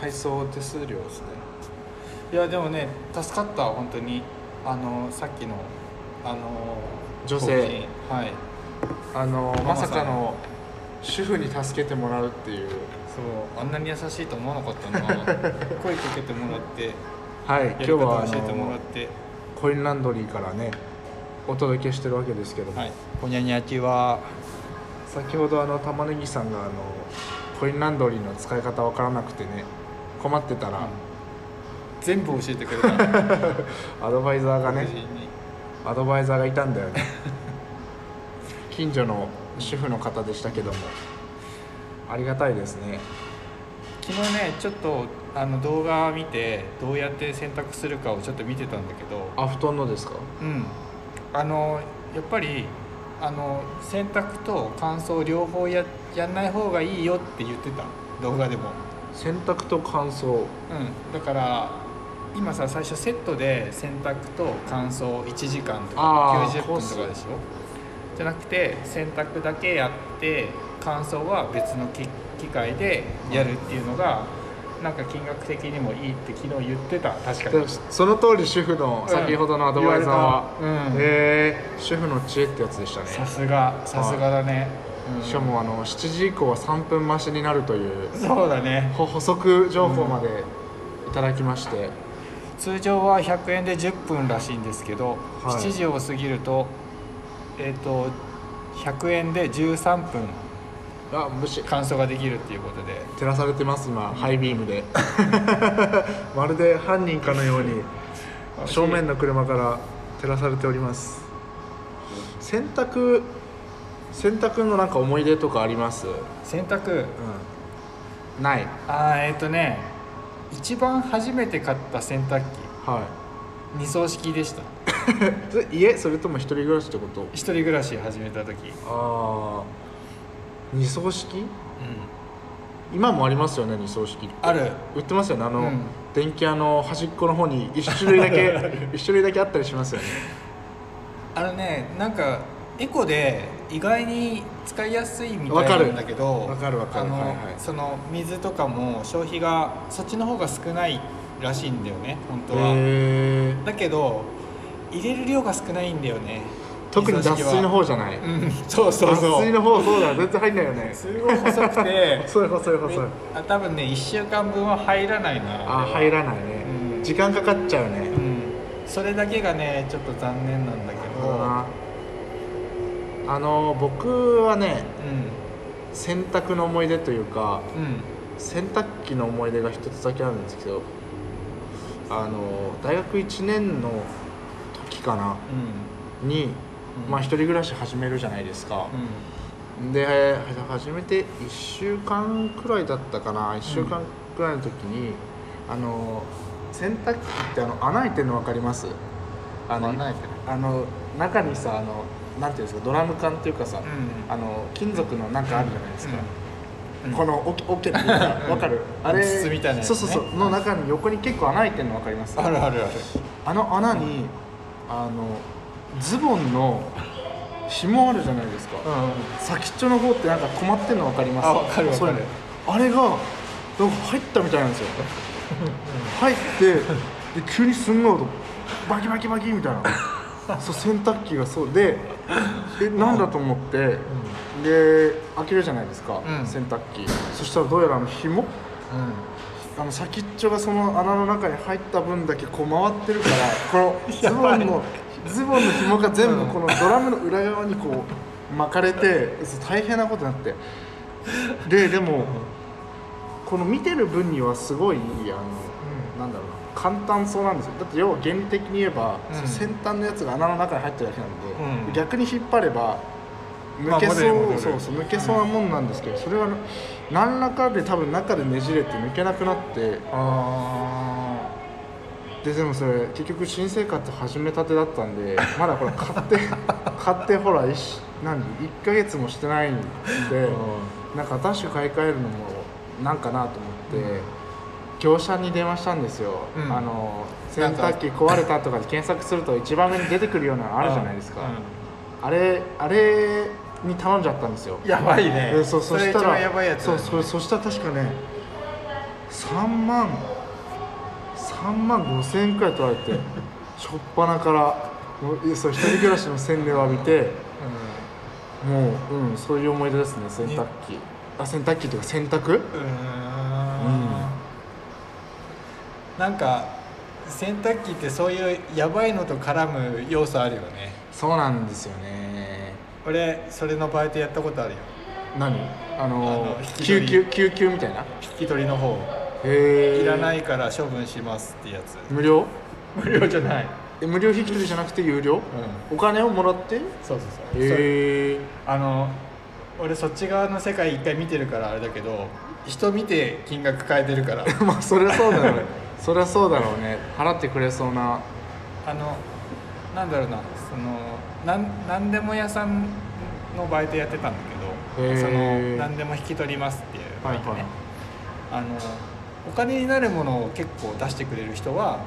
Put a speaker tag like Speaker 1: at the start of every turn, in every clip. Speaker 1: 配送手数料ですねいやでもね助かった本当にあのさっきのあの
Speaker 2: 女性
Speaker 1: 商品はいあの
Speaker 2: マ
Speaker 1: ま
Speaker 2: マさ
Speaker 1: さ
Speaker 2: ん
Speaker 1: かの主婦に助けてもらうっていう
Speaker 2: そうあんなに優しいと思わなかったな声かけてもらってや
Speaker 3: はい、今
Speaker 2: り
Speaker 3: 日
Speaker 2: 方
Speaker 3: は
Speaker 2: を
Speaker 3: あ
Speaker 2: 教えてもらっ
Speaker 3: の
Speaker 2: て
Speaker 3: コインランドリーからねお届けしてるわけですけども、
Speaker 2: はいほにゃにゃきは
Speaker 3: 先ほどあの玉ねぎさんがあのコインランドリーの使い方わからなくてね困ってたら、
Speaker 2: 全部教えてくれたの
Speaker 3: アドバイザーが
Speaker 2: 無
Speaker 3: ね
Speaker 2: 事に
Speaker 3: アドバイザーがいたんだよね近所の主婦の方でしたけどもありがたいですね
Speaker 2: 昨日ねちょっとあの動画見てどうやって洗濯するかをちょっと見てたんだけど
Speaker 3: あ布団のですか
Speaker 2: うんあのやっぱりあの洗濯と乾燥両方ややんない方がいいよって言ってた動画でも
Speaker 3: 洗濯と乾燥
Speaker 2: うんだから今さ最初セットで洗濯と乾燥1時間とか
Speaker 3: あー
Speaker 2: 90分とかでしょじゃなくて洗濯だけやって乾燥は別の機機械でやるっていうのがなんか金額的にもいいって昨日言ってた確かに
Speaker 3: でその通り主婦の先ほどのアドバイザーは、
Speaker 2: 言われたうん
Speaker 3: えー主婦の知恵ってやつでしたね
Speaker 2: さすがさすがだね、うん
Speaker 3: しかもあの7時以降は3分増しになるという
Speaker 2: そうだね
Speaker 3: ほ補足情報までいただきまして、
Speaker 2: 通常は100円で10分らしいんですけど、
Speaker 3: はい
Speaker 2: 7時を過ぎるとえっ、と100円で13分
Speaker 3: あ無視
Speaker 2: 乾燥ができるっていうことで
Speaker 3: 照らされてます今ハイビー ムでまるで犯人かのように正面の車から照らされております洗濯洗濯のなんか思い出とかあります、う
Speaker 2: 洗濯
Speaker 3: ん、ない
Speaker 2: あーえっ、とね一番初めて買った洗濯機
Speaker 3: は
Speaker 2: 二層式でした
Speaker 3: いそれ家それとも一人暮らしってこと
Speaker 2: 一人暮らし始めた時、
Speaker 3: ああ二層式今もありますよね二層式って
Speaker 2: ある
Speaker 3: 売ってますよねあの、
Speaker 2: うん
Speaker 3: 電気屋の端っこの方に一種類だ け一種類だけあったりしますよね
Speaker 2: あのねなんかエコで意外に使いやすいみたいなんだけど
Speaker 3: わかるわか
Speaker 2: あ
Speaker 3: るわかる
Speaker 2: の、
Speaker 3: はいはい
Speaker 2: その水とかも消費がそっちの方が少ないらしいんだよね本当は
Speaker 3: へえ
Speaker 2: だけど入れる量が少ないんだよね
Speaker 3: 特に脱水の方じゃない、
Speaker 2: うんそうそうそう
Speaker 3: 脱水の方そうだ全然入んない よね
Speaker 2: すごい細くて
Speaker 3: 細い細い細い
Speaker 2: あ多分ね1週間分は入らないな
Speaker 3: あー入らないね、
Speaker 2: うん
Speaker 3: 時間かかっちゃうね
Speaker 2: う、んそれだけがねちょっと残念なんだけど
Speaker 3: あーあの僕はね
Speaker 2: う
Speaker 3: 洗濯の思い出というか
Speaker 2: んうん
Speaker 3: 洗濯機の思い出が一つだけあるんですけどあの大学1年の時かなに、
Speaker 2: うん
Speaker 3: まあ一人暮らし始めるじゃないですか、
Speaker 2: うん
Speaker 3: で初めて1週間くらいだったかな1週間くらいの時に、あの洗濯機ってあの穴開いてるの分かりますあの
Speaker 1: 穴開いてる
Speaker 3: あの中にさあのなんていうんですかドラム缶っていうか
Speaker 2: う
Speaker 3: さ、
Speaker 2: ん
Speaker 3: あの金属のなんかあるじゃないですか、
Speaker 2: うん
Speaker 3: このオケオケっていうか 分かるあれ
Speaker 2: 筒みたいなやつ
Speaker 3: そ
Speaker 2: ね
Speaker 3: うそうそうの中に横に結構穴開いてるの分かります
Speaker 2: あるあるある
Speaker 3: あの穴にあのズボンの紐あるじゃないですか、先っちょの方ってなんか困ってんの分かります
Speaker 2: あ分かる分かる
Speaker 3: それあれがなんか入ったみたいなんです よ入ってで急にすんごい音バキバキバキみたいなそう洗濯機がそうでえなんだと思って、で開けるじゃないですか、
Speaker 2: うん
Speaker 3: 洗濯機そしたらどうやらあの紐あの先っちょがその穴の中に入った分だけこう回ってるからこの ズボンのズボンの紐が全部このドラムの裏側にこう巻かれてそう大変なことになってででもこの見てる分にはすごいあの、なんだろうな簡単そうなんですよだって要は原理的に言えば、
Speaker 2: うん
Speaker 3: その先端のやつが穴の中に入ってるだけなんで、
Speaker 2: うん
Speaker 3: 逆に引っ張れば
Speaker 2: ま
Speaker 3: 抜
Speaker 2: あ
Speaker 3: けそ
Speaker 2: 戻
Speaker 3: う,、
Speaker 2: る戻る
Speaker 3: そうそう抜けそうなもんなんですけどそれは何らかで多分中でねじれて抜けなくなって
Speaker 2: あ
Speaker 3: ででもそれ結局新生活始めたてだったんでまだこれ買って 買ってほらいし何1ヶ月もしてないんでなんか新しく買い替えるのもなんかなと思って、業者に電話したんですよ、
Speaker 2: うん
Speaker 3: あの
Speaker 2: なん
Speaker 3: 洗
Speaker 2: か
Speaker 3: 濯機壊れたとかで検索すると一番目に出てくるようなのあるじゃないですか、
Speaker 2: う
Speaker 3: あれあれに頼んじゃったんですよ
Speaker 2: んやばいね
Speaker 3: でそうそしたら
Speaker 2: れ一番やばいやつ
Speaker 3: そうそそしたら確かね3万3万5千円くらい取られて しょっぱなからもうそう一人暮らしの洗礼を浴びてもう、うん、そういう思い出ですね洗濯機あ洗濯機というか洗濯
Speaker 2: うん
Speaker 3: ん
Speaker 2: なんか洗濯機ってそういうやばいのと絡む要素あるよね
Speaker 3: そうなんですよね
Speaker 2: 俺それのバイトやったことあるよ
Speaker 3: 何あの
Speaker 2: あの引き取
Speaker 3: 救
Speaker 2: り
Speaker 3: 急救急みたいな
Speaker 2: 引き取りの方
Speaker 3: へえ
Speaker 2: いらないいから処分しますってやつ
Speaker 3: 無料
Speaker 2: 無料じゃない
Speaker 3: え無料引き取りじゃなくて有料
Speaker 2: う
Speaker 3: お金をもらって
Speaker 2: そうそうそう、
Speaker 3: へえ
Speaker 2: あの俺そっち側の世界一回見てるからあれだけど人見て金額変えてるから
Speaker 3: まあそりゃそうだろうね そりゃそうだろうね払ってくれそうな
Speaker 2: あのなんだろうなそのなんなんでも屋さんのバイトやってたんだけ
Speaker 3: へ
Speaker 2: ど
Speaker 3: ー
Speaker 2: そのなんでも引き取りますっていうバイトね、
Speaker 3: はいはい
Speaker 2: あのお金になるものを結構出してくれる人は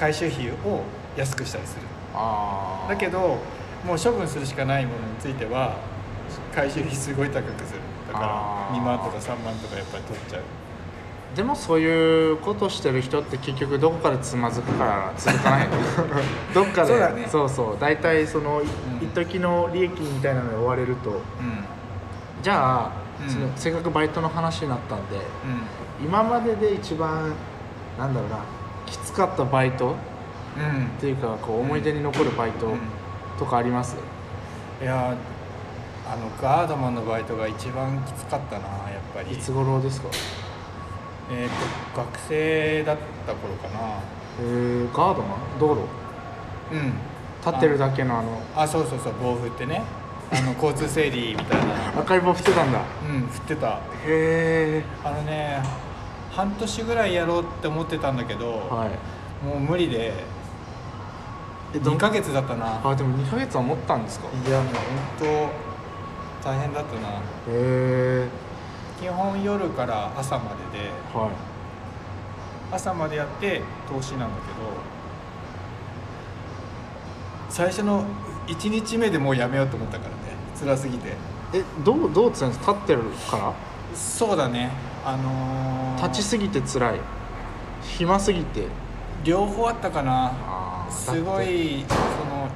Speaker 2: 回収費を安くしたりする
Speaker 3: ああ
Speaker 2: だけどもう処分するしかないものについては回収費すごい高くするだか
Speaker 3: あ
Speaker 2: ら
Speaker 3: ー
Speaker 2: 2万とか3万とかやっぱり取っちゃう
Speaker 3: でもそういうことしてる人って結局どこかでつまずくから続か ないのどっかで
Speaker 2: そうだね
Speaker 3: そうそう大体そのい
Speaker 2: うん
Speaker 3: 一時の利益みたいなのに追われるとじゃあ、
Speaker 2: うん
Speaker 3: そのせっかくバイトの話になったんで
Speaker 2: うんうん
Speaker 3: 今までで一番なんだろうなきつかったバイト
Speaker 2: うん
Speaker 3: っていうかこう思い出に残るバイトとかあります、
Speaker 2: いやーあのガードマンのバイトが一番きつかったなやっぱり
Speaker 3: いつ頃ですか
Speaker 2: えー、と学生だった頃かな
Speaker 3: えー、ガードマン道路
Speaker 2: うん
Speaker 3: 立ってるだけのあの
Speaker 2: あそうそうそう棒振ってねあ の交通整理みたいな
Speaker 3: 赤い棒振ってたんだ
Speaker 2: うん振ってた
Speaker 3: へえ
Speaker 2: あのね半年ぐらいやろうって思ってたんだけど、
Speaker 3: はい
Speaker 2: もう無理で
Speaker 3: えどん
Speaker 2: 2ヶ月だったな
Speaker 3: あでも2ヶ月は持ったんですかへ
Speaker 2: いやもう本当大変だったな
Speaker 3: え
Speaker 2: 基本夜から朝までで
Speaker 3: はい
Speaker 2: 朝までやって投資なんだけど最初の1日目でもうやめようと思ったからね辛すぎて
Speaker 3: えどうどうつらいんですか立ってるか
Speaker 2: そうだねあの
Speaker 3: ら
Speaker 2: ー
Speaker 3: 立ちすぎてつらい暇すぎて
Speaker 2: 両方あったかな
Speaker 3: あー
Speaker 2: すごい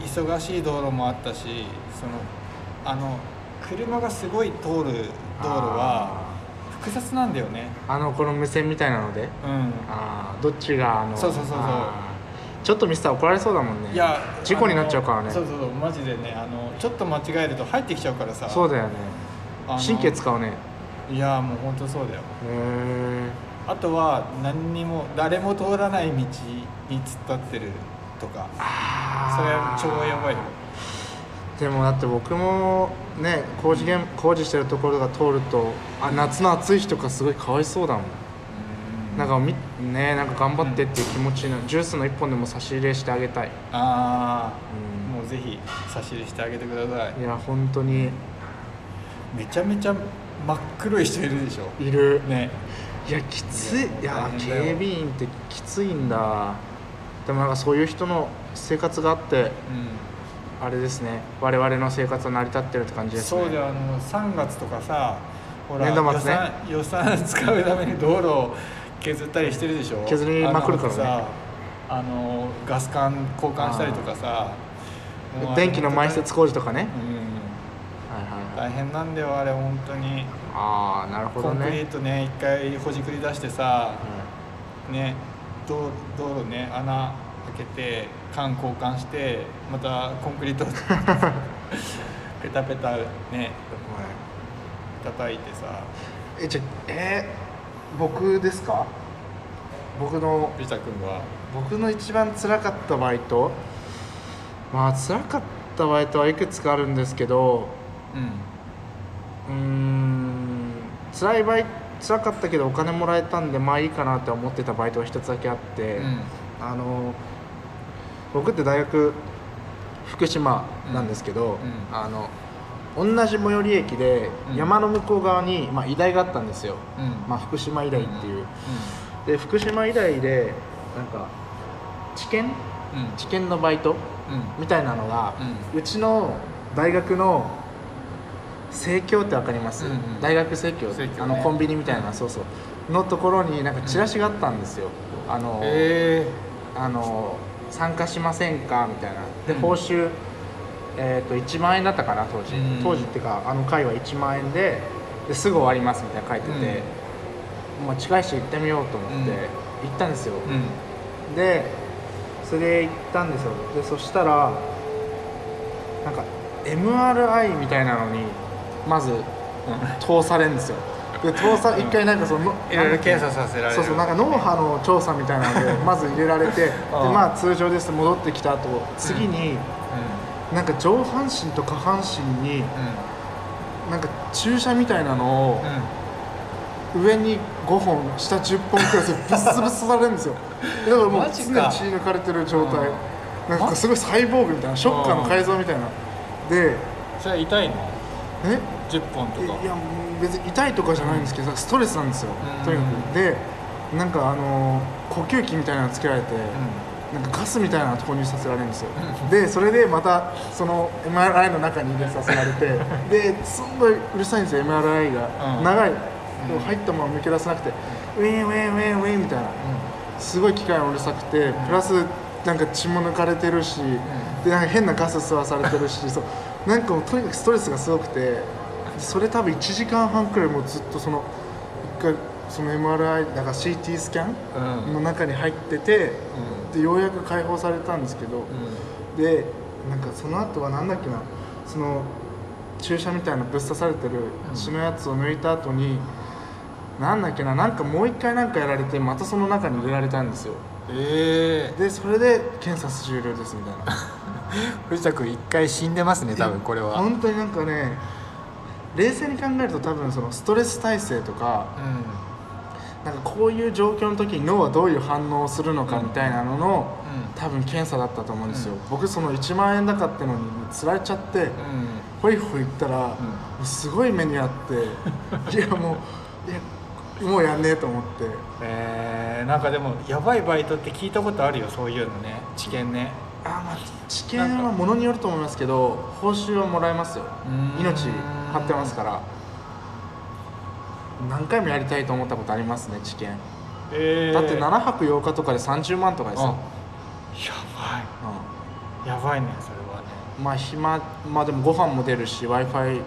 Speaker 2: その忙しい道路もあったしそのあの車がすごい通る道路は複雑なんだよね
Speaker 3: あーあのこの無線みたいなので
Speaker 2: うん
Speaker 3: ああどっちがあの
Speaker 2: そうそうそうそう
Speaker 3: あーちょっとミスったら怒られそうだもんね
Speaker 2: いや
Speaker 3: 事故になっちゃうから
Speaker 2: あ
Speaker 3: ね
Speaker 2: のそうそうそうマジでねあのちょっと間違えると入ってきちゃうからさ
Speaker 3: そうだよね
Speaker 2: あの
Speaker 3: 神経使うねへ
Speaker 2: いやもう本当そうだよ
Speaker 3: え
Speaker 2: あとは何にも誰も通らない道に突っ立ってるとかそれ
Speaker 3: あ
Speaker 2: は超やばいよ
Speaker 3: でもだって僕もね工事現工事してるところが通るとあ夏の暑い日とかすごいかわいそうだもんなんかみねなんか頑張ってっていう気持ちの、ジュースの一本でも差し入れしてあげたい、
Speaker 2: ああ
Speaker 3: う
Speaker 2: もうぜひ差し入れしてあげてください
Speaker 3: ん、いや本当に
Speaker 2: めちゃめちゃ真っ黒い人いるでしょ
Speaker 3: いる、
Speaker 2: ね
Speaker 3: いやきついい
Speaker 2: いや大
Speaker 3: や
Speaker 2: 変だよ
Speaker 3: 警備員ってきついんだでもなんかそういう人の生活があって
Speaker 2: う
Speaker 3: あれですね我々の生活は成り立ってるって感じ
Speaker 2: ん
Speaker 3: ですね
Speaker 2: そうだよあの3月とかさほら
Speaker 3: 年度末ね
Speaker 2: 予算予算使うために道路を削ったりしてるでしょ
Speaker 3: 削りまくるからね
Speaker 2: あのさあのガス管交換したりとかさもうあれ
Speaker 3: 電気の埋設工事とかね
Speaker 2: う、ん
Speaker 3: はいはいは
Speaker 2: 大
Speaker 3: い
Speaker 2: 変なんだよあれ本当に
Speaker 3: ああなるほ
Speaker 2: コ
Speaker 3: ど
Speaker 2: ン
Speaker 3: ね
Speaker 2: クリートね一回ほじくり出してさね道道路ね穴開けて缶交換してまたコンクリート ペタペタね
Speaker 3: うんはい
Speaker 2: 叩いてさ
Speaker 3: えじゃえー僕ですか僕の
Speaker 2: 藤田君は
Speaker 3: 僕の一番辛かったバイトまあ辛かったバイトはいくつかあるんですけど
Speaker 2: うん
Speaker 3: うーん辛いバイ辛かったけどお金もらえたんでまあいいかなって思ってたバイトが一つだけあって、
Speaker 2: うん
Speaker 3: あの僕って大学福島なんですけ
Speaker 2: ん
Speaker 3: ど、
Speaker 2: うん
Speaker 3: あの同じ最寄り駅で
Speaker 2: うん
Speaker 3: 山の向こう側に、まあ、医大があったんですよ、
Speaker 2: うん
Speaker 3: まあ、福島医大っていう、で福島医大でなんか治験
Speaker 2: うん
Speaker 3: 治験のバイト
Speaker 2: うん
Speaker 3: みたいなのが、うちの大学の生協ってわかります、
Speaker 2: うんうん
Speaker 3: 大学生協、
Speaker 2: 生協ね
Speaker 3: あのコンビニみたいな、
Speaker 2: うん
Speaker 3: そうそうのところになんかチラシがあったんですよ、あの、
Speaker 2: え
Speaker 3: あの参加しませんかみたいなで報酬、えー、と1万円だったかな当時、
Speaker 2: うん
Speaker 3: 当時っていうかあの会は1万円でですぐ終わりますみたいな書いてて、もう近いし行ってみようと思って
Speaker 2: うん
Speaker 3: 行ったんですよ、
Speaker 2: ー、うん
Speaker 3: でそれで行ったんですよでそしたらなんか MRI みたいなのにまず通されるんですよで通さ一回なんかその、
Speaker 2: いろいろ検査させられる
Speaker 3: そうそうなんか脳波の調査みたい なのでまず入れられてで
Speaker 2: ああ
Speaker 3: まあ通常です戻ってきた後次に、なんか上半身と下半身
Speaker 2: う
Speaker 3: に
Speaker 2: んうん
Speaker 3: なんか注射みたいなのを上に5本下10本くらいでぶっ潰されるん ですよだからもう
Speaker 2: マ
Speaker 3: 常
Speaker 2: ジ
Speaker 3: に血
Speaker 2: か
Speaker 3: 抜かれてる状態
Speaker 2: うん
Speaker 3: なんかすごいサイボーグみたいなショッカーの改造みたいなで
Speaker 2: それは痛いの
Speaker 3: え
Speaker 2: 10本と
Speaker 3: い
Speaker 2: か
Speaker 3: や別に痛いとかじゃないんですけど、ストレスなんですよ、
Speaker 2: うん
Speaker 3: とにかくでなんかあのー呼吸器みたいなのつけられて、なんかガスみたいなの投入させられるんですよ、でそれでまたその MRI の中に入れさせられてですんごいうるさいんですよ MRI が、
Speaker 2: うん
Speaker 3: 長い、でも入ったまま抜け出せなくて、ウィーンウィーンウィーンウィーンみたいな、すごい機械もうるさくて、プラスなんか血も抜かれてるし、でなんか変なガス吸わされてるしそうなんかもうとにかくストレスがすごくてそれ多分1時間半くらいもうずっとその一回その MRI なんか CT スキャン
Speaker 2: うんうん
Speaker 3: の中に入ってて、でようやく解放されたんですけど、でなんかその後はなんだっけなその注射みたいなぶっ刺されてる血のやつを抜いた後に、なんだっけななんかもう一回なんかやられてまたその中に入れられたんですよ
Speaker 2: ええ
Speaker 3: でそれで検査終了ですみたいな
Speaker 1: 藤田君一回死んでます ね多分これは
Speaker 3: 本当になんかね冷静に考えると多分そのストレス耐性とかなんかこういう状況の時に脳はどういう反応をするのかみたいなのの、多分検査だったと思うんですよ、僕その1万円高ってのにつられちゃって、
Speaker 2: うんうん
Speaker 3: ホイホイ行ったら、もうすごい目に あっていやもういやもうやんねえと思って
Speaker 2: えー、なんかでもやばいバイトって聞いたことあるよそういうのね知見ね
Speaker 3: あーまあ知見はものによると思いますけど報酬はもらえますよ
Speaker 2: ーん
Speaker 3: 命張ってますから何回もやりたいと思ったことありますね知見だ
Speaker 2: え
Speaker 3: って7泊8日とかで30万とかです
Speaker 2: あ
Speaker 3: よ、
Speaker 2: やばいやばいねそれはね
Speaker 3: うんまあ暇まあでもご飯も出るし w i f i
Speaker 2: う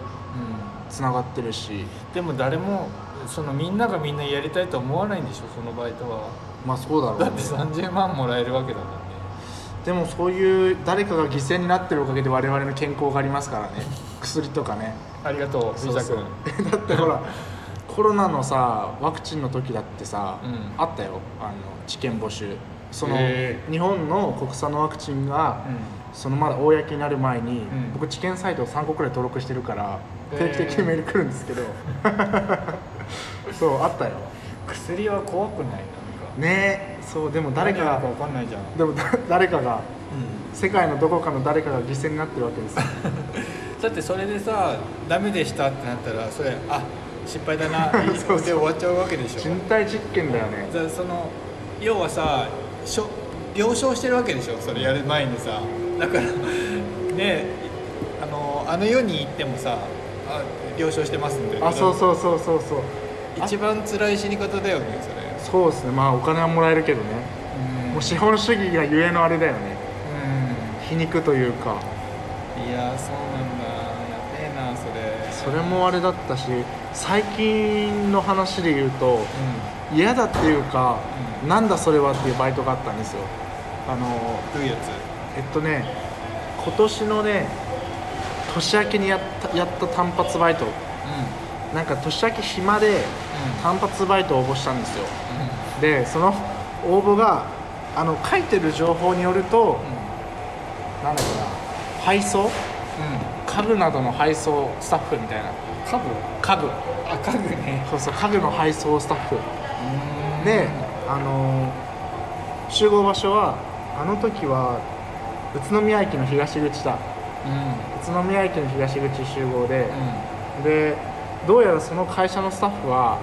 Speaker 3: つながってるし
Speaker 2: んでも誰もそのみんながみんなやりたいと思わないんでしょそのバイトは
Speaker 3: まあそうだろう
Speaker 2: だ
Speaker 3: ね
Speaker 2: って30万もらえるわけだもんね
Speaker 3: でもそういう誰かが犠牲になってるおかげで我々の健康がありますからね薬とかね
Speaker 2: ありがとう藤田君
Speaker 3: 君 だってほらコロナのさワクチンの時だってさ、
Speaker 2: うん
Speaker 3: あったよあの治験募集その
Speaker 2: へ
Speaker 3: 日本の国産のワクチンが、
Speaker 2: う
Speaker 3: そのまだ公になる前に、
Speaker 2: ん
Speaker 3: 僕治験サイトを3個くらい登録してるから
Speaker 2: へ
Speaker 3: 定
Speaker 2: ー
Speaker 3: 期的にメール来るんですけど そうあったよ
Speaker 2: ん薬は怖くないなんか
Speaker 3: ねえそうでも誰か
Speaker 2: 何やる
Speaker 3: が
Speaker 2: か分かんないじゃん、
Speaker 3: でもだ誰かが世界のどこかの誰かが犠牲になってるわけですよ
Speaker 2: だってそれでさダメでしたってなったらそれあ失敗だ ないい
Speaker 3: そうそう
Speaker 2: で終わっちゃうわけでしょ
Speaker 3: 人体実験だよね
Speaker 2: だからその要はさしょ了承してるわけでしょそれやる前にさだからねあのあの世に行ってもさあ了承してますんで
Speaker 3: あそうそうそうそうそう
Speaker 2: 一番辛い死に方だよねそれ
Speaker 3: そうですねまあお金はもらえるけどね
Speaker 2: うん
Speaker 3: もう資本主義がゆえのあれだよね皮肉というか
Speaker 2: うんいやそうなんだやべえなそれ
Speaker 3: それもあれだったし最近の話で言うと嫌だっていうか、なんだそれはっていうバイトがあったんですよあの
Speaker 2: うんどういうやつ
Speaker 3: えっとね今年のね年明けにやったやった単発バイトなんか年明け暇で単発バイトを応募したんですよでその応募があの書いてる情報によると、なんだろうな配送家具などの配送スタッフみたいな
Speaker 2: 家具
Speaker 3: 家具
Speaker 2: あ家具ね
Speaker 3: そうそう家具の配送スタッフであのー集合場所はあの時は宇都宮駅の東口だ
Speaker 2: う
Speaker 3: 宇都宮駅の東口集合
Speaker 2: ん、
Speaker 3: で
Speaker 2: うん
Speaker 3: でどうやらその会社のスタッフは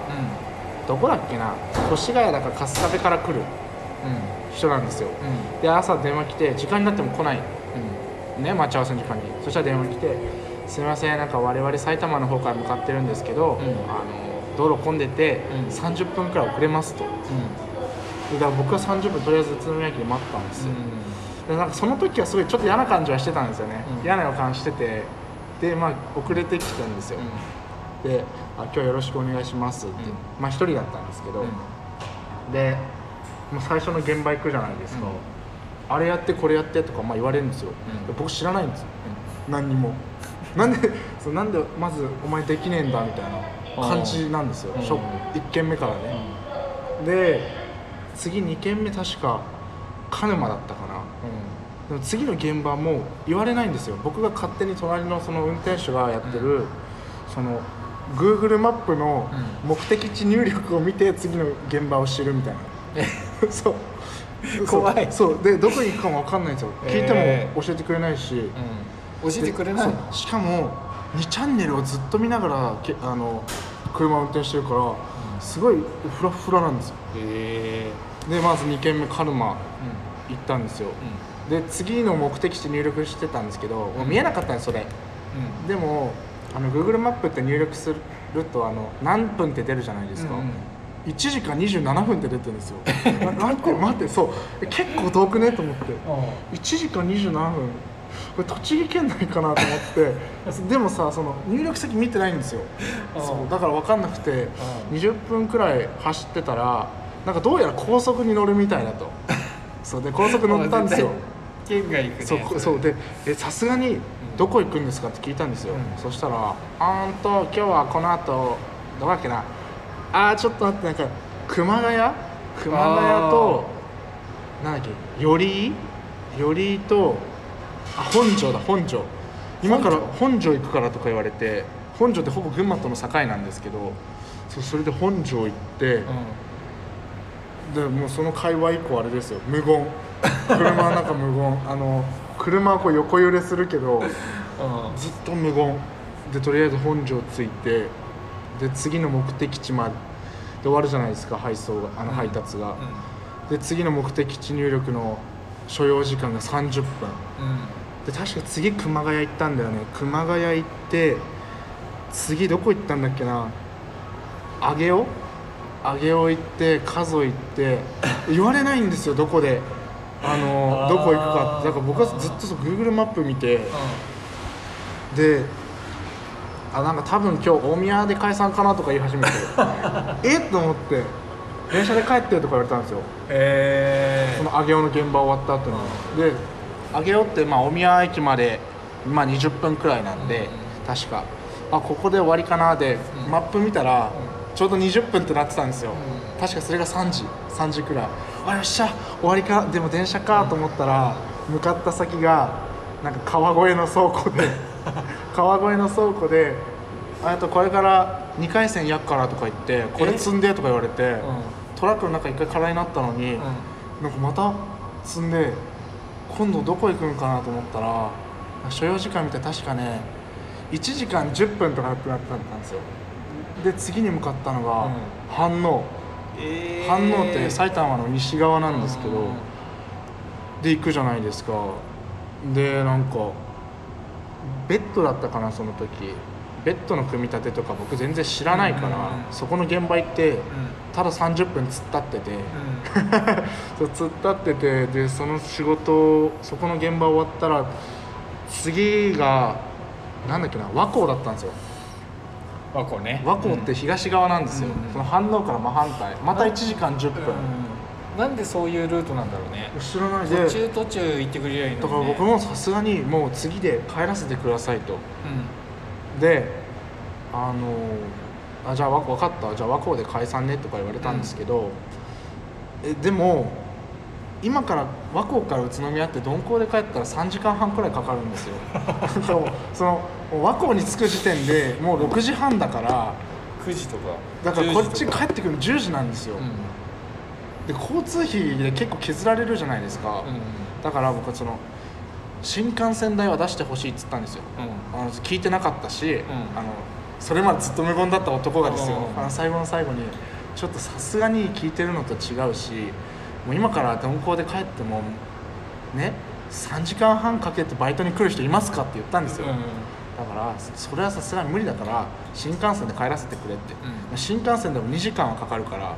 Speaker 2: う
Speaker 3: どこだっけな越谷だか春日部から来る
Speaker 2: ん
Speaker 3: 人なんですよ
Speaker 2: うんうん
Speaker 3: で朝電話来て時間になっても来ないね待ち合わせの時間にそしたら電話来て「すみませんなんか我々埼玉の方から向かってるんですけど、
Speaker 2: うん
Speaker 3: あの道路混んでて、
Speaker 2: うん
Speaker 3: 30分くらい遅れますとだから僕は30分とりあえず宇都宮駅で待ったんですよ、でなんかその時はすごいちょっと嫌な感じはしてたんですよね、
Speaker 2: うん
Speaker 3: 嫌な予感しててでまあ遅れてきたんですよ、であ「今日よろしくお願いします」って、
Speaker 2: うん
Speaker 3: まあ一人だったんですけど、でもう最初の現場行くじゃないですか、あれやってこれやってとかまあ言われるんですよ、
Speaker 2: ん
Speaker 3: で僕知らないんですよ何にも なんでそうなんでまず「お前できねえんだ」みたいな感じなんですよ、
Speaker 2: うん
Speaker 3: ショック1軒目からね、で次2軒目確か鹿沼だったかなでも次の現場も言われないんですよ僕が勝手に隣のその運転手がやってる、その Google マップの目的地入力を見て次の現場を知るみたいな、 そう
Speaker 2: 怖い
Speaker 3: そうそうでどこに行くかも分かんないんですよ、
Speaker 2: えー
Speaker 3: 聞いても教えてくれないし、
Speaker 2: 教えてくれないの
Speaker 3: そうしかも2チャンネルをずっと見ながらけあの車を運転してるから、すごいフラフラなんですよ
Speaker 2: へえ
Speaker 3: でまず2軒目カルマ行ったんですよ、で次の目的地入力してたんですけど、もう見えなかったんですそれでもあの Google マップって入力するとあの何分って出るじゃないですか、
Speaker 2: うんうん
Speaker 3: 1時間27分って出てるんです よな待って待ってそうえ結構遠くねと思って1時間27分これ栃木県内かなと 思ってでもさその入力先見てないんですよ
Speaker 2: あー
Speaker 3: そうだから分かんなくて
Speaker 2: あ
Speaker 3: 20分くらい走ってたらなんかどうやら高速に乗るみたいだとそうで高速乗ったんですよ
Speaker 2: 県外行くね
Speaker 3: そうこそうでえさすがにどこ行くんですかって聞いたんですよ、
Speaker 2: うん
Speaker 3: そしたら「あーんと今日はこの後どこだっけなあーちょっと待ってなんか熊谷熊谷となんだっけ寄居寄居とあ本庄だ本庄今から本庄行くからとか言われて本庄ってほぼ群馬との境なんですけどそうそれで本庄行って、でもうその会話以降あれですよ無言車の中無言あの車はこう横揺れするけどずっと無言でとりあえず本庄着いてで次の目的地まで終わるじゃないですか配送があの配達が、で次の目的地入力の所要時間が30分で確か次熊谷行ったんだよね熊谷行って次どこ行ったんだっけな上尾上尾行って加須行 って言われないんですよどこであの
Speaker 2: あー
Speaker 3: どこ行くかってだから僕はずっとそう Google マップ見てであなんか多分今日大宮で解散かなとか言い 始めてえっと思って電車で帰ってとか言われたんですよ
Speaker 2: え
Speaker 3: その上尾の現場終わった後に、で上尾ってまあ大宮駅まで、まあ、20分くらいなんで、確かあここで終わりかなで、マップ見たら、ちょうど20分ってなってたんですよ、確かそれが3時3時くらいあよっしゃ終わりかでも電車かと思ったら、向かった先がなんか川越の倉庫 で川越の倉庫であとこれから2回戦やっからとか言ってこれ積んでとか言われて、トラックの中一回空になったのに、なんかまた積んで今度どこ行くんかなと思ったら所要時間見て確かね1時間10分とかってなってたんですよで次に向かったのが飯能、
Speaker 2: え
Speaker 3: 飯能って埼玉の西側なんですけど、で行くじゃないですかでなんかベッドだったかなその時ベッドの組み立てとか僕全然知らないから、
Speaker 2: うん
Speaker 3: そこの現場行ってただ30分突っ立ってて、そう突っ立っててでその仕事そこの現場終わったら次がなんだっけな和光だったんですよ
Speaker 2: 和光ね
Speaker 3: 和光って東側なんですよ、
Speaker 2: うん
Speaker 3: その反応から真反対また1時間10分、
Speaker 2: なんでそういうルートなんだろうね
Speaker 3: 知らないで
Speaker 2: 途中途中行ってくれりゃいいの
Speaker 3: だから
Speaker 2: にね
Speaker 3: 僕もさすがにもう次で帰らせてくださいとであのあじゃあわ分かったじゃあ和光で解散ねとか言われたんですけど、えでも今から和光から宇都宮って鈍行で帰ったら3時間半くらいかかるんで すよそうそのもう和光に着く時点でもう6時半だから
Speaker 2: うん9時とか
Speaker 3: だからこっち
Speaker 2: 10時と
Speaker 3: 帰ってくるの10時なんですよ、
Speaker 2: うん
Speaker 3: で交通費で結構削られるじゃないですか、
Speaker 2: うん
Speaker 3: だから僕はその新幹線代は出してほしいっつったんですよ
Speaker 2: うん
Speaker 3: あの聞いてなかったし、
Speaker 2: ん
Speaker 3: あのそれまでずっと無言だった男がですよ、
Speaker 2: うん
Speaker 3: あの最後の最後にちょっとさすがに聞いてるのと違うしもう今から鈍行で帰ってもね3時間半かけてバイトに来る人いますかって言ったんですよ、
Speaker 2: うん
Speaker 3: あだからそれはさすがに無理だから新幹線で帰らせてくれって、
Speaker 2: うん
Speaker 3: 新幹線でも2時間はかかるから、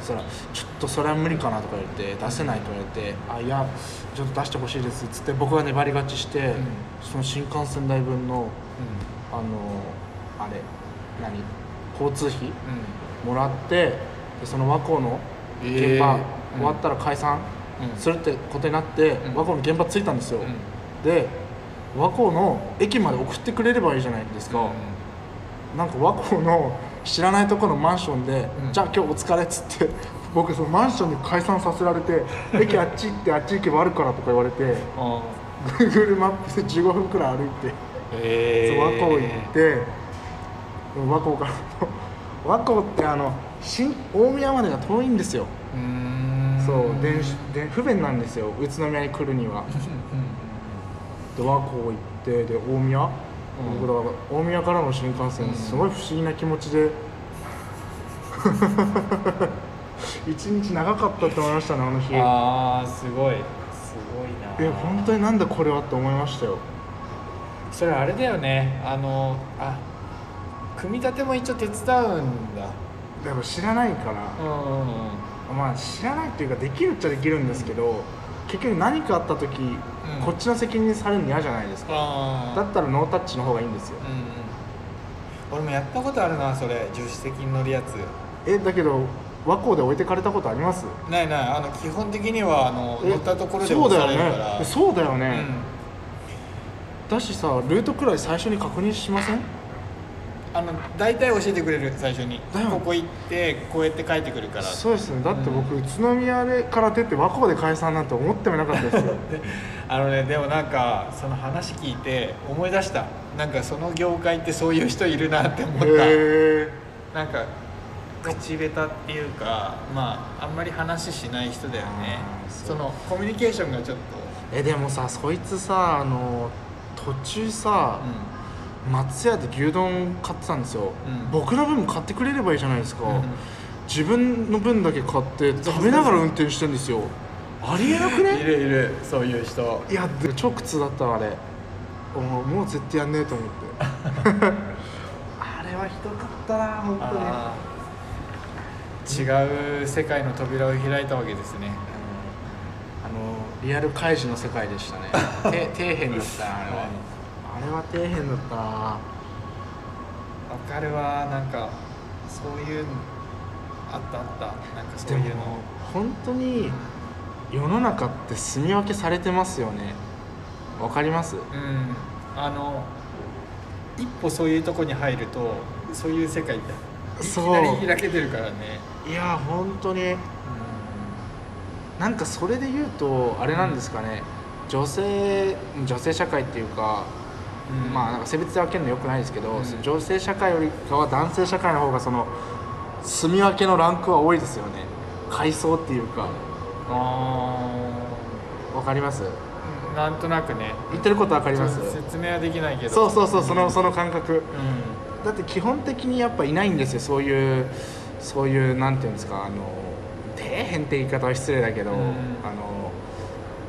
Speaker 3: そらちょっとそれは無理かなとか言って出せないとか言って「あいやちょっと出してほしいです」っつって僕が粘り勝ちして、
Speaker 2: ん
Speaker 3: その新幹線代分の
Speaker 2: う
Speaker 3: あのあれ何交通費
Speaker 2: んうん
Speaker 3: もらってでその和光の
Speaker 2: えー
Speaker 3: 現場、
Speaker 2: うん
Speaker 3: 終わったら解散
Speaker 2: うん
Speaker 3: するってことになって、
Speaker 2: ん
Speaker 3: 和光の現場着いたんですよ、
Speaker 2: うん
Speaker 3: で和光の駅まで送ってくれればいいじゃないですか、なんか和光の知らないところのマンションで、
Speaker 2: うん
Speaker 3: じゃあ今日お疲れっつって僕そのマンションに解散させら れて駅あっち行ってあっち行けばあるからとか言われて
Speaker 2: あ
Speaker 3: Google マップで15分くらい歩いて、
Speaker 2: え
Speaker 3: そう和光行ってでも和光から和光ってあの新大宮までが遠いんですよ
Speaker 2: うーん
Speaker 3: そう電子電不便なんですよ宇都宮に来るには。で和光行ってで大宮、
Speaker 2: うん
Speaker 3: 僕だから大宮からの新幹線すごい不思議な気持ちで、 一日長かったって思いましたねあの日い
Speaker 2: ああすごいすごいな
Speaker 3: や本当になんだこれはって思いましたよ
Speaker 2: それあれだよねあのあ組み立ても一応手伝うんだ
Speaker 3: でも知らないから
Speaker 2: う、んうんうん
Speaker 3: まあ知らないっていうかできるっちゃできるんですけど、結局何かあった時、こっちの責任されるの嫌じゃないですか
Speaker 2: あ
Speaker 3: だったらノータッチの方がいいんですよ
Speaker 2: うんうん俺もやったことあるなそれ助手席に乗るやつ
Speaker 3: えだけど和光で置いてかれたことあります
Speaker 2: ないないあの基本的にはあの
Speaker 3: え
Speaker 2: 乗ったところで
Speaker 3: そう
Speaker 2: 押
Speaker 3: だ
Speaker 2: さ
Speaker 3: よ
Speaker 2: れるから
Speaker 3: ねそうだよね、
Speaker 2: うん
Speaker 3: だしさルートくらい最初に確認しません
Speaker 2: あの大体教えてくれる最初に
Speaker 3: だよね
Speaker 2: ここ行ってこうやって帰ってくるから
Speaker 3: そうですねだって僕、宇都宮でから出て和光で解散なんて思ってもなかったです よ
Speaker 2: あのねでもなんかその話聞いて思い出したなんかその業界ってそういう人いるなって思った、
Speaker 3: へえ
Speaker 2: なんか口下手っていうかまああんまり話しない人だよね
Speaker 3: あーそう
Speaker 2: そのコミュニケーションがちょっと
Speaker 3: えでもさそいつさあの途中さ
Speaker 2: う、ん
Speaker 3: 松屋で牛丼買ってたんですよ、
Speaker 2: うん
Speaker 3: 僕の分も買ってくれればいいじゃないですか、
Speaker 2: うん
Speaker 3: 自分の分だけ買って食べながら運転してんですよありえなく
Speaker 2: い
Speaker 3: ね
Speaker 2: るいるそういう人
Speaker 3: いやで超苦痛だったわあれもうもう絶対やんね えと思ってあれはひどかったな本当に
Speaker 2: あー違う世界の扉を開いたわけですね
Speaker 3: あのリアル開示の世界でしたね て底辺だったなあれはあれは底辺だったな
Speaker 2: わかるわなんかそういうのあったあったなんかそういうの
Speaker 3: 本当に世の中って住み分けされてますよねわかります
Speaker 2: うんあの一歩そういうとこに入るとそういう世界っていき
Speaker 3: そう
Speaker 2: なり開けてるからね
Speaker 3: いや本当になんかそれで言うとあれなんですかね女性女性社会っていうか
Speaker 2: うん
Speaker 3: まあなんか性別で分けるのよくないですけど、
Speaker 2: うん
Speaker 3: 女性社会よりかは男性社会の方がその住み分けのランクは多いですよね階層っていうか
Speaker 2: あ
Speaker 3: わかります
Speaker 2: ーなんとなくね
Speaker 3: 言ってることわかります
Speaker 2: ちょっと説明はできないけど
Speaker 3: そうそうそうそのその感覚
Speaker 2: うん
Speaker 3: だって基本的にやっぱいないんですよそういうそういうなんていうんですかあの底辺って言い方は失礼だけど、
Speaker 2: うん
Speaker 3: あの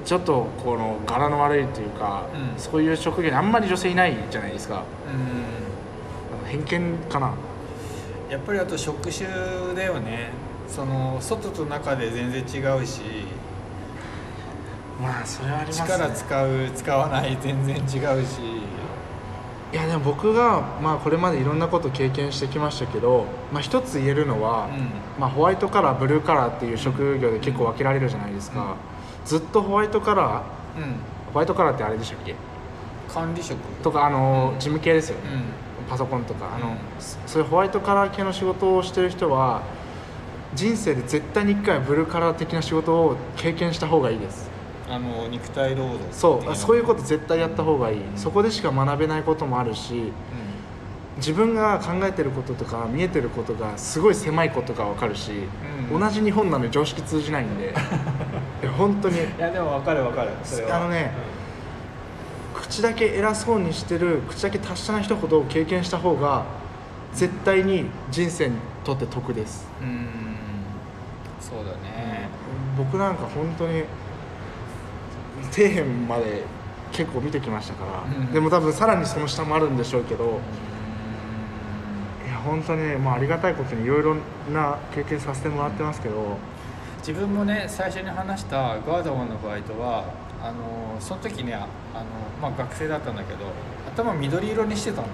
Speaker 3: ちょっとこの柄の悪いというか、
Speaker 2: うん
Speaker 3: そういう職業にあんまり女性いないじゃないですか
Speaker 2: う
Speaker 3: 偏見かなん
Speaker 2: やっぱりあと職種だよねその外と中で全然違うし
Speaker 3: まあそれはありますね
Speaker 2: 力使う使わない全然違うし
Speaker 3: いやでも僕がまあこれまでいろんなこと経験してきましたけど、まあ、一つ言えるのは、
Speaker 2: う
Speaker 3: まあ、ホワイトカラーブルーカラーっていう職業で結構分けられるじゃないですか、ずっとホワイトカラー
Speaker 2: んうん
Speaker 3: ホワイトカラーってあれでしたっけ
Speaker 2: 管理職
Speaker 3: とかあの、事務系ですよ
Speaker 2: う
Speaker 3: ね、
Speaker 2: ん
Speaker 3: パソコンとかあの、
Speaker 2: うん
Speaker 3: そそういうホワイトカラー系の仕事をしてる人は人生で絶対に1回はブルーカラー的な仕事を経験した方がいいです
Speaker 2: あの肉体労働ってい、
Speaker 3: そうあそういうことと絶対やった方がいい、そこでしか学べないこともあるし自分が考えてることとか見えてることがすごい狭いことが分かるし、
Speaker 2: うん
Speaker 3: 同じ日本なのに常識通じない んでいや本当に
Speaker 2: うんいやでも分かる分かるそれは
Speaker 3: あのね口だけ偉そうにしてる口だけ達者な人ほど経験した方が絶対に人生にとって得です
Speaker 2: うんうんそうだね
Speaker 3: 僕なんか本当に底辺まで結構見てきましたから、
Speaker 2: うん
Speaker 3: でも多分さらにその下もあるんでしょうけど、いや本当に、まあ、ありがたいことにいろいろな経験させてもらってますけど、
Speaker 2: 自分もね最初に話したガードマンのバイトはあのその時ねあの、まあ、学生だったんだけど頭緑色にしてたん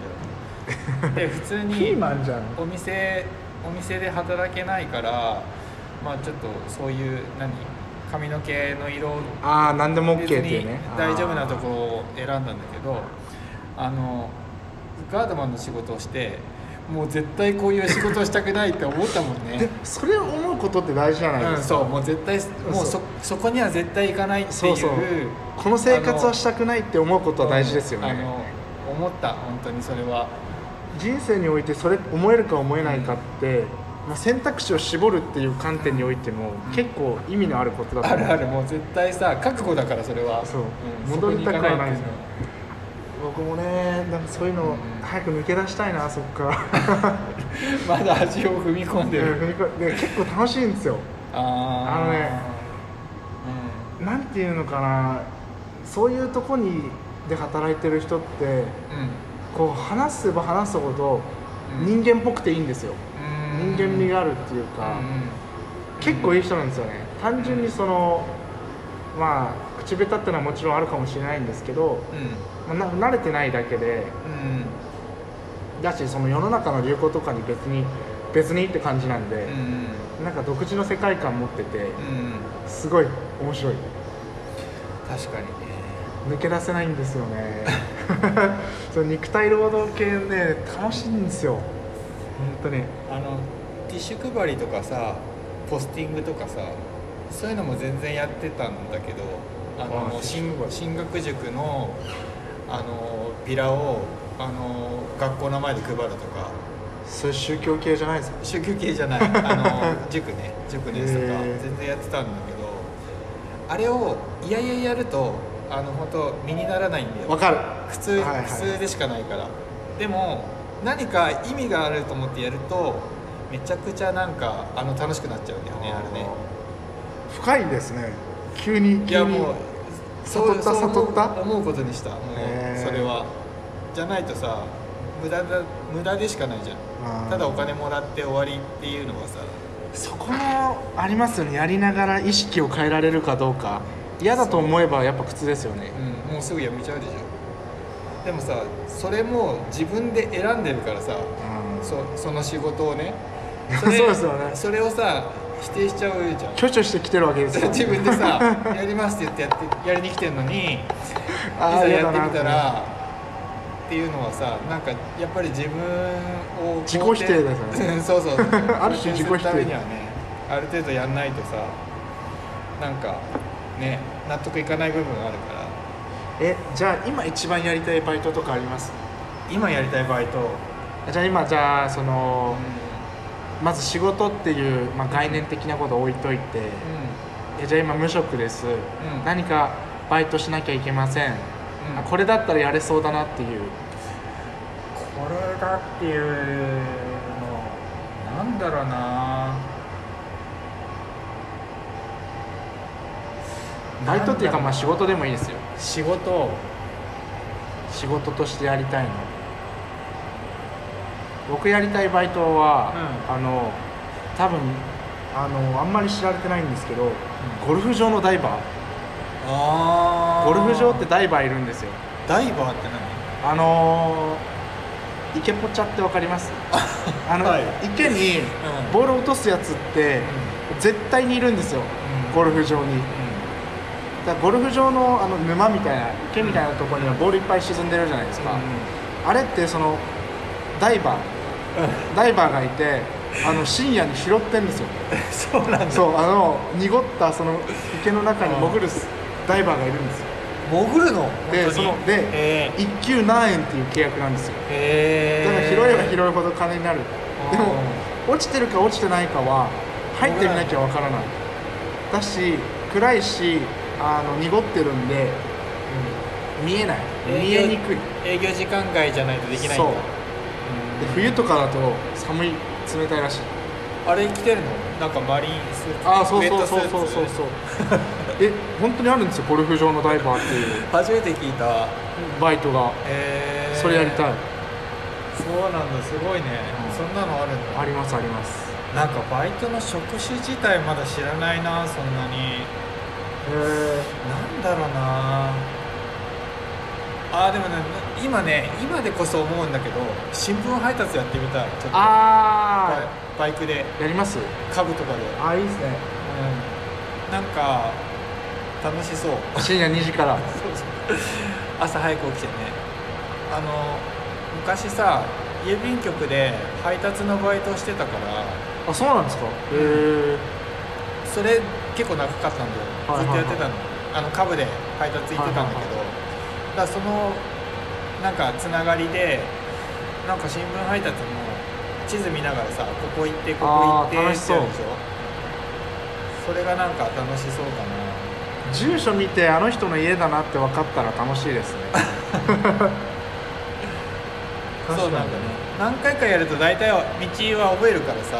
Speaker 2: だよ で普通に
Speaker 3: ピーマンじゃん
Speaker 2: お店お店で働けないからまあちょっとそういう何髪の毛の色を
Speaker 3: ああ何でも OK っ
Speaker 2: 別
Speaker 3: ていう
Speaker 2: に
Speaker 3: ね
Speaker 2: 大丈夫なとこを選んだんだけどあのガードマンの仕事をしてもう絶対こういう仕事をしたくないって思ったもん
Speaker 3: あ
Speaker 2: ね
Speaker 3: ーでそれを思うことって大事じゃないで
Speaker 2: うん、
Speaker 3: すか、
Speaker 2: そうもう絶対もうそそこには絶対行かないっていう
Speaker 3: そうそうこの生活はしたくないって思うことは大事ですよね、
Speaker 2: あの思った本当にそれは
Speaker 3: 人生においてそれ思えるか思えないかって、まあ、選択肢を絞るっていう観点においても結構意味のあることだと
Speaker 2: あ
Speaker 3: 思う
Speaker 2: るあるもう絶対さ覚悟だからそれは
Speaker 3: そうん戻りたくはない
Speaker 2: そこに行かってう
Speaker 3: 僕もねなんかそういうの早く抜け出したいなそっ から
Speaker 2: のはまだ足を踏み込んで
Speaker 3: で
Speaker 2: る
Speaker 3: 結構楽しいんですよ
Speaker 2: あー
Speaker 3: あのねなんていうのかなそういうとこにで働いてる人ってこう話せば話すほど人間っぽくていいんですよ、
Speaker 2: うんうん
Speaker 3: 人間味があるっていうか、結構いい人なんですよね単純にそのまあ口下手ってのはもちろんあるかもしれないんですけど、
Speaker 2: うんうん
Speaker 3: まあな慣れてないだけで
Speaker 2: うん
Speaker 3: だしその世の中の流行とかに別に別にって感じなんで
Speaker 2: う、ん
Speaker 3: なんか独自の世界観持ってて
Speaker 2: うん
Speaker 3: すごい面白い
Speaker 2: 確かにね
Speaker 3: 抜け出せないんですよ ねその肉体労働系ね楽しいんですよ本当に
Speaker 2: あのティッシュ配りとかさポスティングとかさそういうのも全然やってたんだけどあの
Speaker 3: あー
Speaker 2: 進進学塾のあのビラをあの学校の前で配るとか
Speaker 3: それ宗教系じゃないですか
Speaker 2: 宗教系じゃ ないあの塾ね塾のやつとか
Speaker 3: へー
Speaker 2: 全然やってたんだけどあれをいやいややるとあの本当身にならないんだよ
Speaker 3: わかる
Speaker 2: 普通、
Speaker 3: はいはい
Speaker 2: 普通でしかないからでも何か意味があると思ってやるとめちゃくちゃなんかあの楽しくなっちゃうんだよねあれね
Speaker 3: 深いですね急に
Speaker 2: い
Speaker 3: 急
Speaker 2: や
Speaker 3: に
Speaker 2: もう
Speaker 3: 悟った
Speaker 2: そうそう
Speaker 3: 悟った
Speaker 2: 思う思うことにしたもう
Speaker 3: へー
Speaker 2: それはじゃないとさ無駄だ無駄でしかないじゃ
Speaker 3: あー
Speaker 2: んただお金もらって終わりっていうのはさ
Speaker 3: そこもありますよねやりながら意識を変えられるかどうか嫌だと思えばやっぱ苦痛ですよね
Speaker 2: うん、もうすぐやめちゃうでしょでもさそれも自分で選んでるからさ
Speaker 3: うん
Speaker 2: そその仕事をね
Speaker 3: そうですよね
Speaker 2: それをさ否定しちゃうじゃん
Speaker 3: 拒否してきてるわけですよ
Speaker 2: 自分で さやりますって言ってやってやりに来てんのにい
Speaker 3: あ
Speaker 2: ざ
Speaker 3: あ
Speaker 2: や
Speaker 3: 嫌
Speaker 2: っ
Speaker 3: だ
Speaker 2: て
Speaker 3: な
Speaker 2: み
Speaker 3: って
Speaker 2: たらっていうのはさなんかやっぱり自分を
Speaker 3: 自己
Speaker 2: 肯定
Speaker 3: 否定ですよ
Speaker 2: そうそう
Speaker 3: ある種自己否定
Speaker 2: 肯定するためにはねある程度やんないとさなんかね納得いかない部分があるから
Speaker 3: えじゃあ今一番やりたいバイトとかあります
Speaker 2: 今やりたいバイト
Speaker 3: じゃあ今じゃあその
Speaker 2: う
Speaker 3: まず仕事っていう、まあ、概念的なこと置いといて、
Speaker 2: んうん
Speaker 3: えじゃあ今無職です、
Speaker 2: ん
Speaker 3: 何かバイトしなきゃいけません、あこれだったらやれそうだなっていう
Speaker 2: これだっていうのなんだろうな
Speaker 3: バイトっていうかまあ仕
Speaker 2: 仕
Speaker 3: 事でもいいですよ
Speaker 2: 仕事
Speaker 3: 仕事としてやりたいの僕やりたいバイトは、
Speaker 2: う
Speaker 3: あの多分あのあんまり知られてないんですけど、ゴルフ場のダイバー
Speaker 2: あ
Speaker 3: ゴルフ場ってダイバーいるんですよ
Speaker 2: ダイバーって
Speaker 3: あのー、イケポチャってわかり ますあの、
Speaker 2: はい
Speaker 3: 池に
Speaker 2: うん
Speaker 3: ボールを落とすやつって絶対にいるんですよ、
Speaker 2: うん
Speaker 3: ゴルフ場に
Speaker 2: 何
Speaker 3: だからゴルフ場のあの沼みたいな池みたいなところにはボールいっぱい沈んでるじゃないですか、あれってそのダイバーダイバーがいてあの深夜に拾ってんですよ
Speaker 2: そうなんだ
Speaker 3: そうあの濁ったその池の中に潜る
Speaker 2: うん
Speaker 3: ダイバーがいるんですよ
Speaker 2: 潜るの
Speaker 3: で
Speaker 2: 本当
Speaker 3: そ
Speaker 2: に
Speaker 3: ので、
Speaker 2: えー
Speaker 3: 1級何円っていう契約なんですよ
Speaker 2: え
Speaker 3: だから拾えば拾
Speaker 2: いう
Speaker 3: ほど金になるでも落ちてるか落ちてないかは入ってみなきゃわからないだし暗いしあの濁ってるんで見えない見えにくいで
Speaker 2: 営業時間外じゃないとできないんだ
Speaker 3: そう
Speaker 2: うん
Speaker 3: 冬とかだと寒い冷たいらしい
Speaker 2: あれ着てるのなんかマリンスーツ
Speaker 3: ああそう
Speaker 2: ウェ
Speaker 3: そ
Speaker 2: ッ
Speaker 3: う
Speaker 2: トス
Speaker 3: そ
Speaker 2: ー
Speaker 3: う
Speaker 2: ツ
Speaker 3: そうそうそうえ本当にあるんですよゴルフ場のダイバーっていう
Speaker 2: 初めて聞いた
Speaker 3: バイトが
Speaker 2: えー、
Speaker 3: それやりたい
Speaker 2: そうなんだすごいね、
Speaker 3: うん
Speaker 2: そんなのあるんだ
Speaker 3: ありますあります
Speaker 2: なんかバイトの職種自体まだ知らないなそんなに
Speaker 3: へ
Speaker 2: なんだろうなあーでもね今ね今でこそ思うんだけど新聞配達やってみたいちょっとバイ
Speaker 3: あ
Speaker 2: バイクで
Speaker 3: あやります
Speaker 2: 家具とかで、
Speaker 3: ああいいですね
Speaker 2: うん、なんか楽しそう
Speaker 3: 深夜2時から
Speaker 2: 朝早く起きてねあの昔さ郵便局で配達のバイトをしてたから
Speaker 3: あそうなんですかへえ
Speaker 2: それ結構長かったんだよ、
Speaker 3: はいはいはい
Speaker 2: ずっとやってたのあの株で配達行ってたんだけど、
Speaker 3: はいはいは
Speaker 2: だからそのなんかつながりでなんか新聞配達も地図見ながらさここ行ってここ行って
Speaker 3: あー楽しそう
Speaker 2: ってやるでしょそれがなんか楽しそうかな
Speaker 3: 住所見てあの人の家だなって分かったら楽しいですね
Speaker 2: そ
Speaker 3: 確
Speaker 2: うなんだ
Speaker 3: かに
Speaker 2: ね何回かやると大体は道は覚えるからさ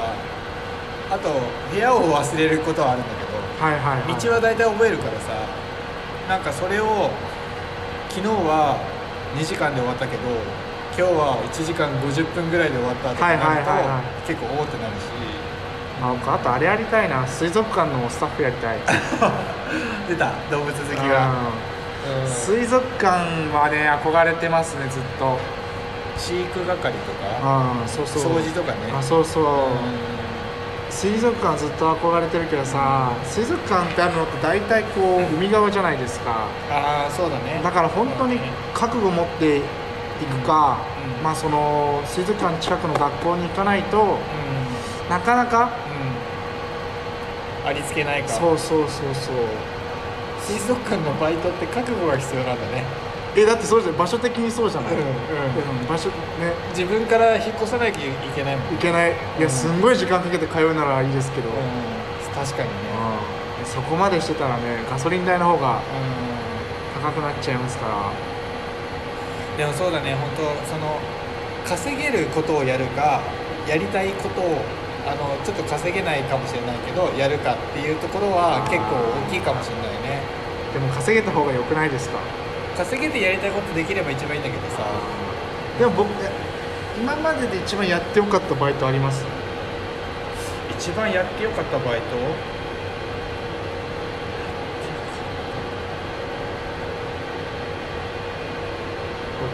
Speaker 2: あと部屋を忘れることはあるんだけ
Speaker 3: はいはい
Speaker 2: ど
Speaker 3: はい
Speaker 2: 道は大体覚えるからさなんかそれを昨日は2時間で終わったけど今日は1時間50分ぐらいで終わったとかなると、
Speaker 3: はいはいはいは
Speaker 2: 結構おーってなるし
Speaker 3: なんかあとあれやりたいな水族館のスタッフやりたい
Speaker 2: 出た動物好きが、
Speaker 3: う
Speaker 2: うんん
Speaker 3: 水族館はね憧れてますねずっと
Speaker 2: 飼育係とか
Speaker 3: ああそうそう
Speaker 2: 掃除とかね
Speaker 3: あそうそう、
Speaker 2: う
Speaker 3: 水族館ずっと憧れてるけどさ水族館ってあるのって大体こう海側じゃないですか
Speaker 2: んああそうだね
Speaker 3: だから本当に覚悟持っていくか、
Speaker 2: うんうん
Speaker 3: まあその水族館近くの学校に行かないと
Speaker 2: うん
Speaker 3: なかなか
Speaker 2: うんありつけないか
Speaker 3: そうそうそうそう
Speaker 2: 水族館のバイトって覚悟が必要なんだね、
Speaker 3: えだってそうじゃん場所的にそうじゃない、うん場所ね
Speaker 2: 自分から引っ越さなきゃいけないもん、うん
Speaker 3: 行けないいやすんごい時間かけて通うならいいですけど、うん
Speaker 2: 確かにね
Speaker 3: そこまでしてたらねガソリン代の方が
Speaker 2: う
Speaker 3: 高くなっちゃいますか
Speaker 2: んでもそうだね本当その稼げることをやるかやりたいことをあのちょっと稼げないかもしれないけどやるかっていうところは結構大きいかもしれないね
Speaker 3: らでも稼げた方が良くないですか
Speaker 2: 稼げてやりたいことできれば一番いいんだけどさ
Speaker 3: でも僕え今までで一番やってよかったバイトあります
Speaker 2: 一番やってよかったバイト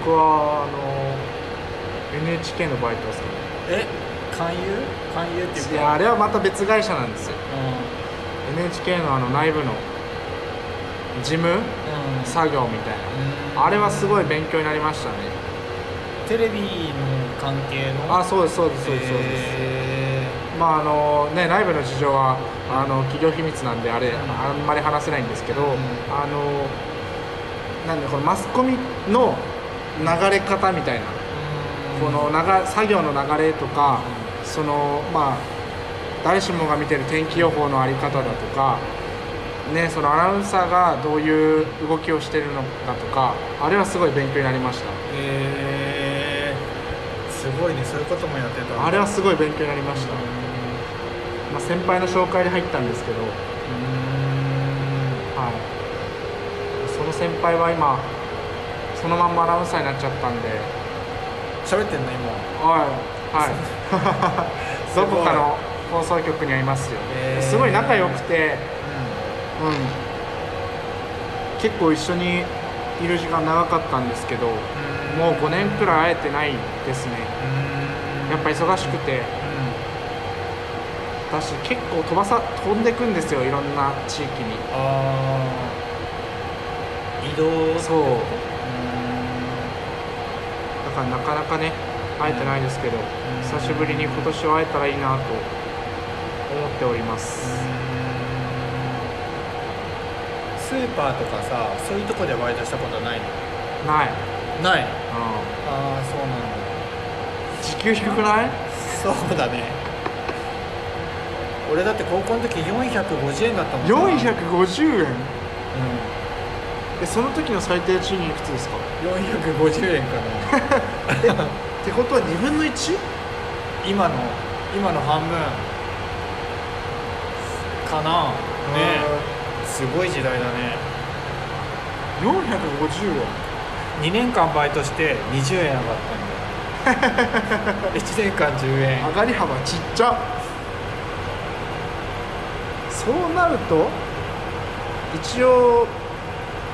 Speaker 3: 僕はあの NHK のバイトですけ
Speaker 2: え勧誘勧誘っていう
Speaker 3: ど
Speaker 2: か
Speaker 3: いやあれはまた別会社なんですよ
Speaker 2: う
Speaker 3: NHK のあの内部の事務
Speaker 2: んうん
Speaker 3: 作業みたい
Speaker 2: うん
Speaker 3: なあれはすごい勉強になりましたね
Speaker 2: テレビの関係の
Speaker 3: あそうですそうですそうですそうです、
Speaker 2: へ
Speaker 3: まああのね、内部の事情はあの企業秘密なんであれあんまり話せないんですけど、あのなんでこのマスコミの流れ方みたいな
Speaker 2: ー
Speaker 3: この流作業の流れとか、そのまあ誰しもが見てる天気予報のあり方だとか、ね、そのアナウンサーがどういう動きをしてるのかとかあれはすごい勉強になりました
Speaker 2: へーすごいねそういうこともやってた
Speaker 3: あれ
Speaker 2: は
Speaker 3: はすごい勉強になりました、まあ、先輩の紹介で入ったんですけど、はい、その先輩は今そのまんまアナウンサーになっちゃったんで
Speaker 2: 喋ってんの今
Speaker 3: はいはい
Speaker 2: すごい
Speaker 3: どこかの放送局にはいますよ、
Speaker 2: へー
Speaker 3: すごい仲良くてうん、結構一緒にいる時間長かったんですけども
Speaker 2: うん
Speaker 3: う5年くらい会えてないですねやっぱ忙しくて私結構飛ばさ飛んでくんですよいろんな地域に
Speaker 2: あー移動
Speaker 3: そうだからなかなかね会えてないですけど久しぶりに今年は会えたらいいなと思っております
Speaker 2: スーパーとかさそういうとこでバイトしたことないの
Speaker 3: ない、
Speaker 2: ない
Speaker 3: う
Speaker 2: あ
Speaker 3: ん、
Speaker 2: あそうなんだ
Speaker 3: 時給低くない
Speaker 2: そうだね俺だって高校の時450円だったもんなうん、
Speaker 3: 450円えその時の最低賃金いくつですか
Speaker 2: 450円かな
Speaker 3: ってことは2分の 1?
Speaker 2: 今の今の半分かなねすごい時代だね
Speaker 3: 450円
Speaker 2: 2年間バイトして20円上がった んだよ1年間10円
Speaker 3: 上がり幅ちっちゃそうなると一応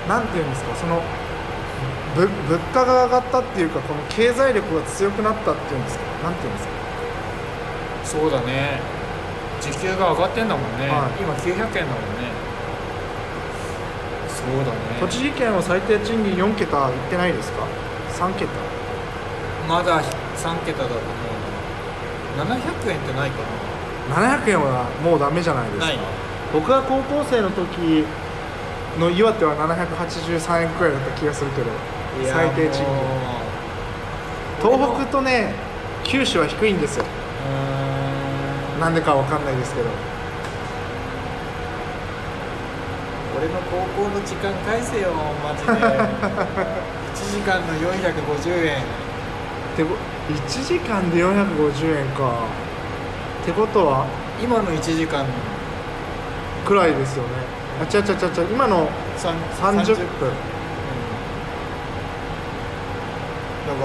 Speaker 3: なんていうんですかそのぶ物価が上がったっていうかこの経済力が強くなったっていうんですかなんていうんですか
Speaker 2: そうだね時給が上がってんだもんね、
Speaker 3: はい
Speaker 2: 今900円だもんねそうだね
Speaker 3: 栃木県は最低賃金4桁いってないですか3桁
Speaker 2: まだ3桁だと思うな700円ってないか
Speaker 3: 700円はもうダメじゃないです
Speaker 2: な
Speaker 3: か
Speaker 2: ない
Speaker 3: 僕が高校生の時の岩手は783円くらいだった気がするけど
Speaker 2: いや
Speaker 3: 最低賃
Speaker 2: もう
Speaker 3: 金東北とね九州は低いんですよ
Speaker 2: うーん
Speaker 3: なんでかわかんないですけど
Speaker 2: 俺の高校の時間返せよマ ジで1時間の450円
Speaker 3: てこ1時間で450円かってことは
Speaker 2: 今の1時間
Speaker 3: くらいですよねあちゃちゃちゃちゃ今の
Speaker 2: さん30うん
Speaker 3: 30分、
Speaker 2: だ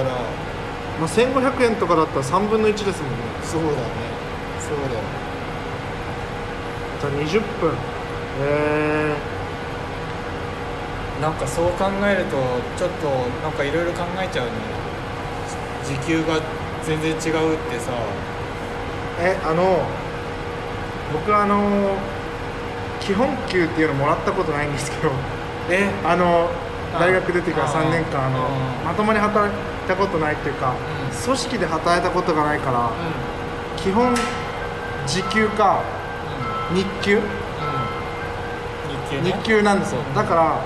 Speaker 2: から
Speaker 3: まあ、1500円とかだったら3分の1ですもんね
Speaker 2: そうだねそうだよ
Speaker 3: じゃあ20分え
Speaker 2: なんかそう考えるとちょっとなんかいろいろ考えちゃうね時給が全然違うってさ
Speaker 3: ー、えあの僕あの基本給っていうのもらったことないんですけど
Speaker 2: え
Speaker 3: あの
Speaker 2: あ
Speaker 3: 大学出てから
Speaker 2: あ
Speaker 3: 3年間あの
Speaker 2: あ
Speaker 3: まともに働いたことないっていうか、
Speaker 2: うん
Speaker 3: 組織で働いたことがないから
Speaker 2: うん、う
Speaker 3: 基本時給か日給
Speaker 2: ん、うん、日給ね
Speaker 3: 日給なんですよ
Speaker 2: うん
Speaker 3: だから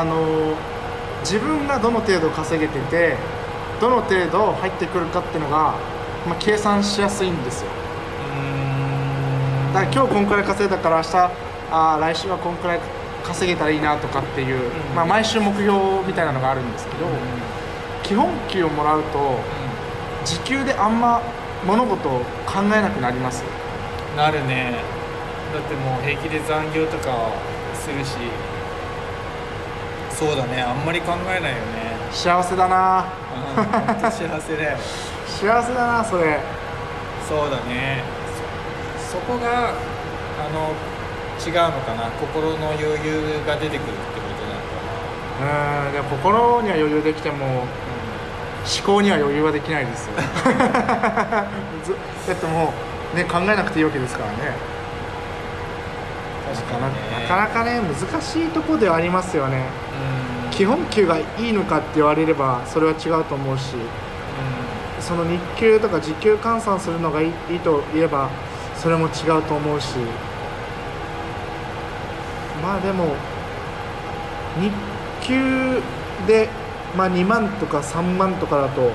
Speaker 3: あの自分がどの程度稼げててどの程度入ってくるかっていうのが、まあ、計算しやすいんですよ
Speaker 2: うーん
Speaker 3: だから今日こんくらい稼いだから明日あー来週はこんくらい稼げたらいいなとかっていう、
Speaker 2: うん
Speaker 3: まあ、毎週目標みたいなのがあるんですけど、
Speaker 2: うん
Speaker 3: 基本給をもらうと時給であんま物事を考えなくなります
Speaker 2: うんなるねだってもう平気で残業とかするしそうだねあんまり考えないよね
Speaker 3: 幸せだな
Speaker 2: うんほんと幸せだよ
Speaker 3: 幸せだなそれ
Speaker 2: そうだねそそこがあの違うのかな心の余裕が出てくるってことなのか
Speaker 3: うんでも心には余裕できても思考には余裕はできな いですよずだってもうね考えなくていいわけですからね
Speaker 2: な、うん、確かにね
Speaker 3: なかなかね難しいとこではありますよね
Speaker 2: うん
Speaker 3: 基本給がいいのかって言われればそれは違うと思うし
Speaker 2: う
Speaker 3: その日給とか時給換算するのがいいいいと言えばそれも違うと思うしまあでも日給で、まあ、2万とか3万とかだと
Speaker 2: んうん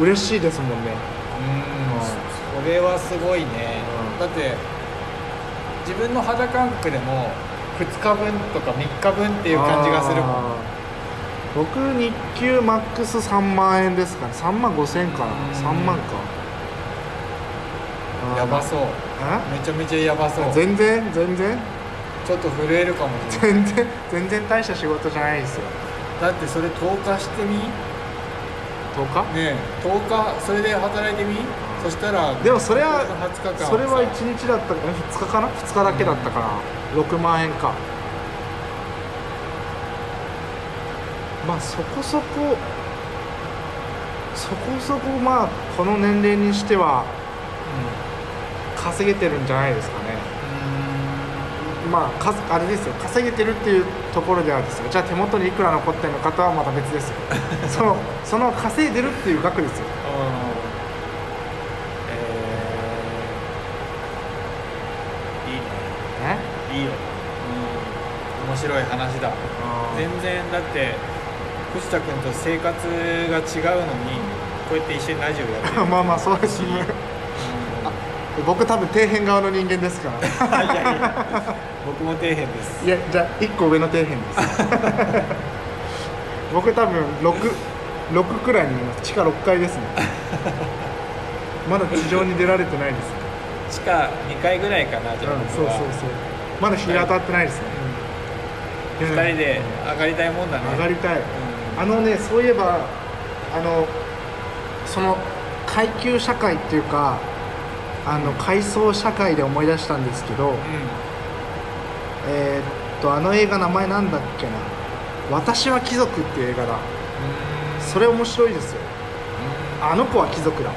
Speaker 3: 嬉しいですもんね
Speaker 2: うん
Speaker 3: はい
Speaker 2: それはすごいね、
Speaker 3: うん
Speaker 2: だって自分の肌感覚でも2日分とか3日分っていう感じがするもん
Speaker 3: あー僕日給マックス3万円ですかね3万5千円かな
Speaker 2: うん
Speaker 3: 3万かあー
Speaker 2: やばそう
Speaker 3: え
Speaker 2: めちゃめちゃやばそう
Speaker 3: 全然全然
Speaker 2: ちょっと震えるかもしれない
Speaker 3: 全然全然大した仕事じゃないですよ
Speaker 2: だってそれ10日してみね
Speaker 3: 10日
Speaker 2: え10日それで働いてみそしたら
Speaker 3: でもそれは
Speaker 2: 20日間
Speaker 3: それは
Speaker 2: さ
Speaker 3: 1日だったえ2日かな2日だけだったから、6万円かまあそこそこそこそこまあこの年齢にしては稼げてるんじゃないですかねまあかあれですよ稼げてるっていうところではですよじゃあ手元にいくら残ってるのかとはまた別ですよそのその稼いでるっていう額ですよ
Speaker 2: うんうんえーいいねいい
Speaker 3: ね
Speaker 2: よ、うん、面白い話だ全然だって藤田君と生活が違うのにこうやって一緒にラジオやってる、
Speaker 3: まあまあそうですね
Speaker 2: う
Speaker 3: 僕多分底辺側の人間ですから
Speaker 2: ん、いやいや僕も底辺です
Speaker 3: いやじゃあ1個上の底辺です 僕多分6 6くらいにいます地下6階ですねまだ地上に出られてないです
Speaker 2: 地下2階ぐらいかなじゃあ、
Speaker 3: そうそうそうまだ日が当たってないですね、いや
Speaker 2: 2人で上がりたいもんだね
Speaker 3: 上が
Speaker 2: り
Speaker 3: りたい、あのねそういえばあのその階級社会っていうかあの階層社会で思い出したんですけど、えーっとあの映画名前なんだっけな「私は貴族」っていう映画だそれ面白いですよあの子は貴族だ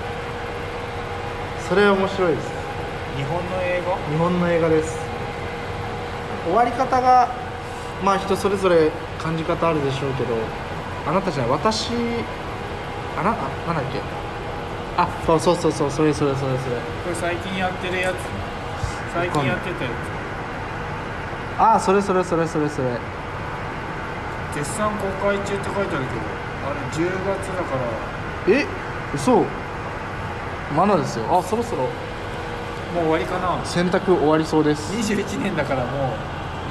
Speaker 3: それ面白いです
Speaker 2: 日本の英語
Speaker 3: 日本の映画です終わり方がまあ人それぞれ感じ方あるでしょうけどあなたじゃない私あなあなんだっけあそうそうそうそうそれそれそれそれ
Speaker 2: これ最近やってるやつ最近やってたや
Speaker 3: あそれそれそれそれそれ
Speaker 2: つ絶賛公開中って書いてあるけどあれ10月だから
Speaker 3: え嘘まだですよあそろそろ
Speaker 2: もう終わりかな
Speaker 3: 洗濯終わりそうです
Speaker 2: 21年だからも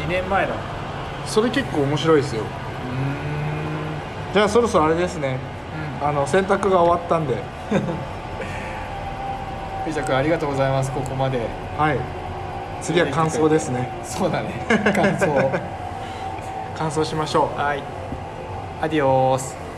Speaker 2: う2年前だ
Speaker 3: それ結構面白いですよじゃあそろそろあれですねあの洗濯が終わったんで
Speaker 2: 藤田君ありがとうございますここまで
Speaker 3: はい次は感想ですね
Speaker 2: そうだ ね感想
Speaker 3: 乾燥しましょう
Speaker 2: はいアディオース